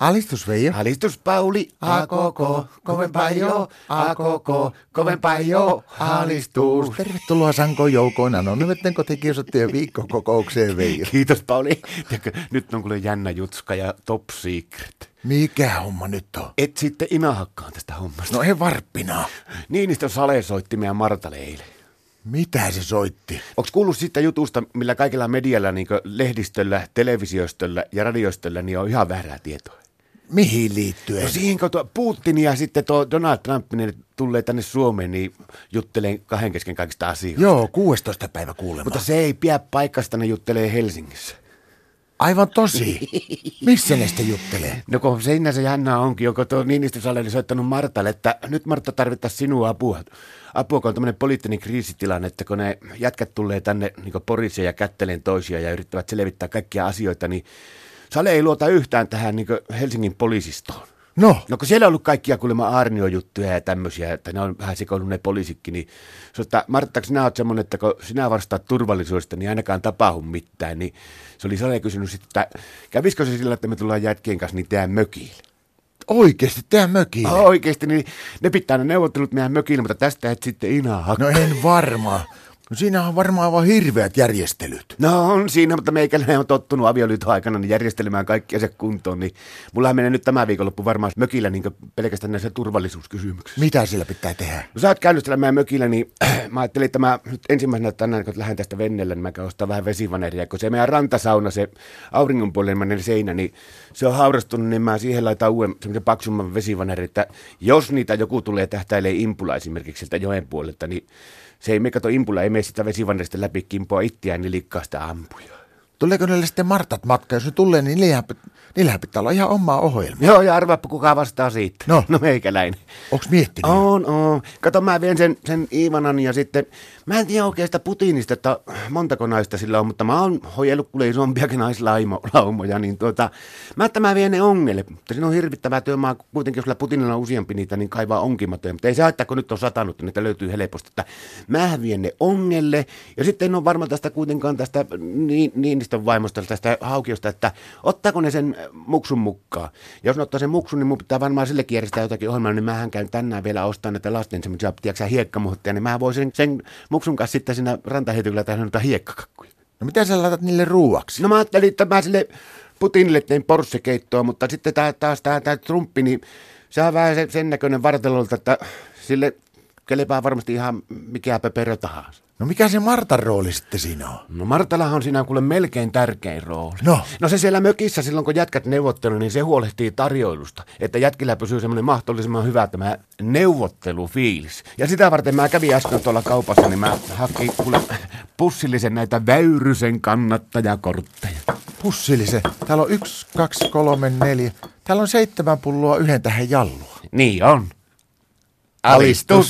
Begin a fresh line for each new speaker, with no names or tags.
Alistus Veijo.
Alistus Pauli, a koko, kovempaa jo, a koko, kovempaa jo, alistus.
Tervetuloa Sanko joukoina. No nyt kotikiusattujen viikkokokoukseen Veijo.
Kiitos Pauli. Tiedätkö, nyt on kyllä jännä jutska ja top secret.
Mikä homma nyt on?
Et sitten imahakkaan tästä hommasta.
No ei varppina.
Niinistö Sale soitti meidän Martalle eilen.
Mitä se soitti?
Onko kuullut siitä jutusta, millä kaikilla medialla, niin lehdistöllä, televisiostolla ja radiostolla, niin on ihan väärää tietoa?
Mihin liittyen?
No siihen, kun tuo Putin ja sitten tuo Donald Trump niin ne tulee tänne Suomeen, niin juttelee kahden kesken kaikista asioista.
Joo, 16. päivä kuulemma.
Mutta se ei pidä paikasta, ne juttelee Helsingissä.
Aivan tosi. Missä ne sitten juttelee?
No kun siinä se jännä onkin, joko tuo Niinistö Saleli soittanut Martalle, että nyt Martta tarvittaisiin sinua apua. Apua, kun on tämmöinen poliittinen kriisitilanne, että kun ne jätkät tulee tänne niin porisee ja kätteleen toisia ja yrittävät selvittää kaikkia asioita, niin Sale ei luota yhtään tähän niin Helsingin poliisistoon.
No.
No kun siellä on ollut kaikkia kuulemma aarniojuttuja ja tämmöisiä, että ne on vähän sekoillut ne poliisikki, niin se että Martta, kun sinä oot semmoinen, että kun sinä vastaat turvallisuudesta, niin ainakaan tapahdu mitään, niin se oli sellainen kysynyt sitten, että kävisikö se sillä, että me tullaan jätkien kanssa niin tehdään mökille.
Oikeasti tähän mökiin.
Ah, oikeasti, niin ne pitää ne neuvottelut meidän mökille, mutta tästä et sitten inaa hakkaa.
No en varma. No siinä on varmaan aivan hirveät järjestelyt.
No on siinä, mutta meikäläinen on tottunut avioliiton aikana niin järjestelemään kaikki se kuntoon, niin mulla menee nyt tämä viikonloppu varmaan mökillä niin pelkästään näissä turvallisuuskysymyksissä.
Mitä sillä pitää tehdä?
No sä oot käynyt siellä meidän mökillä, niin mä ajattelin, että mä nyt ensimmäisenä tänään, kun lähden tästä veneellä, niin mä käyn ostaa vähän vesivaneria, kun se meidän rantasauna, se auringonpuolimmainen seinä, niin se on haurastunut, niin mä siihen laitan uuden semmoisen paksumman vesivanerin, että jos niitä joku tulee tähtäilee impula esimerkiksi sieltä joen puolelta, niin se ei me kato impulla, ei mene sitä vesivannerista läpi kimpoa ittiään, niin likkaa sitä ampuja.
Tuleeko niille sitten Martat matka? Jos ne tulee, niin niillähän, niillähän pitää olla ihan omaa ohjelmaa.
Joo, ja arvaappa kuka vastaa siitä.
No.
no meikäläinen.
Onks miettinyt?
On, on. Kato, mä vien sen, sen Iivanan ja sitten, mä en tiedä oikeastaan Putinista, että montako naista sillä on, mutta mä oon hoidellut kuule isompiakin naislaumoja, niin tuota, mä että mä vien ne ongelle, mutta siinä on hirvittävää työmaa, kuitenkin jos sillä Putinilla on useampi niitä, niin kaivaa onkimatoja, mutta ei se haittaa, kun nyt on satanut, niin niitä löytyy helposti, että mä vien ne ongelle, ja sitten en ole varma tästä kuitenkaan tästä niin, Niinistön vaimosta, tästä haukiosta, että ottaako ne sen muksun mukaan, ja jos ne ottaa sen muksun, niin mun pitää varmaan sillekin järjestää jotakin ohjelmaa, niin mähän käyn tänne tänään vielä ostaa näitä lasten semmoisia, tiedätkö hiekkamuhutteja, niin mä voisin sen muksun kanssa sitten siinä rantahetykyllä tehdä noita hiekkakakkuja.
No mitä sä laitat niille ruuaksi?
No mä ajattelin, että mä sille Putinille tein porssekeittoa, mutta sitten tää, taas tää, tää Trumpi, niin se on vähän sen, sen näköinen vartalolta, että sille kelepää varmasti ihan mikä pöperö tahansa.
No mikä se Martan rooli sitten siinä on?
No Martalahan on siinä kuule melkein tärkein rooli.
No.
No se siellä mökissä silloin, kun jätkät neuvottelu, niin se huolehtii tarjoilusta. Että jätkillä pysyy semmoinen mahdollisimman hyvä tämä neuvottelufiilis. Ja sitä varten mä kävin äsken tuolla kaupassa, niin mä hakin kuule pussillisen näitä väyrysen kannattajakortteja.
Pussillisen. Täällä on yksi, kaksi, kolme, neljä. Täällä on seitsemän pulloa yhden tähän jallua.
Niin on.
Alistus.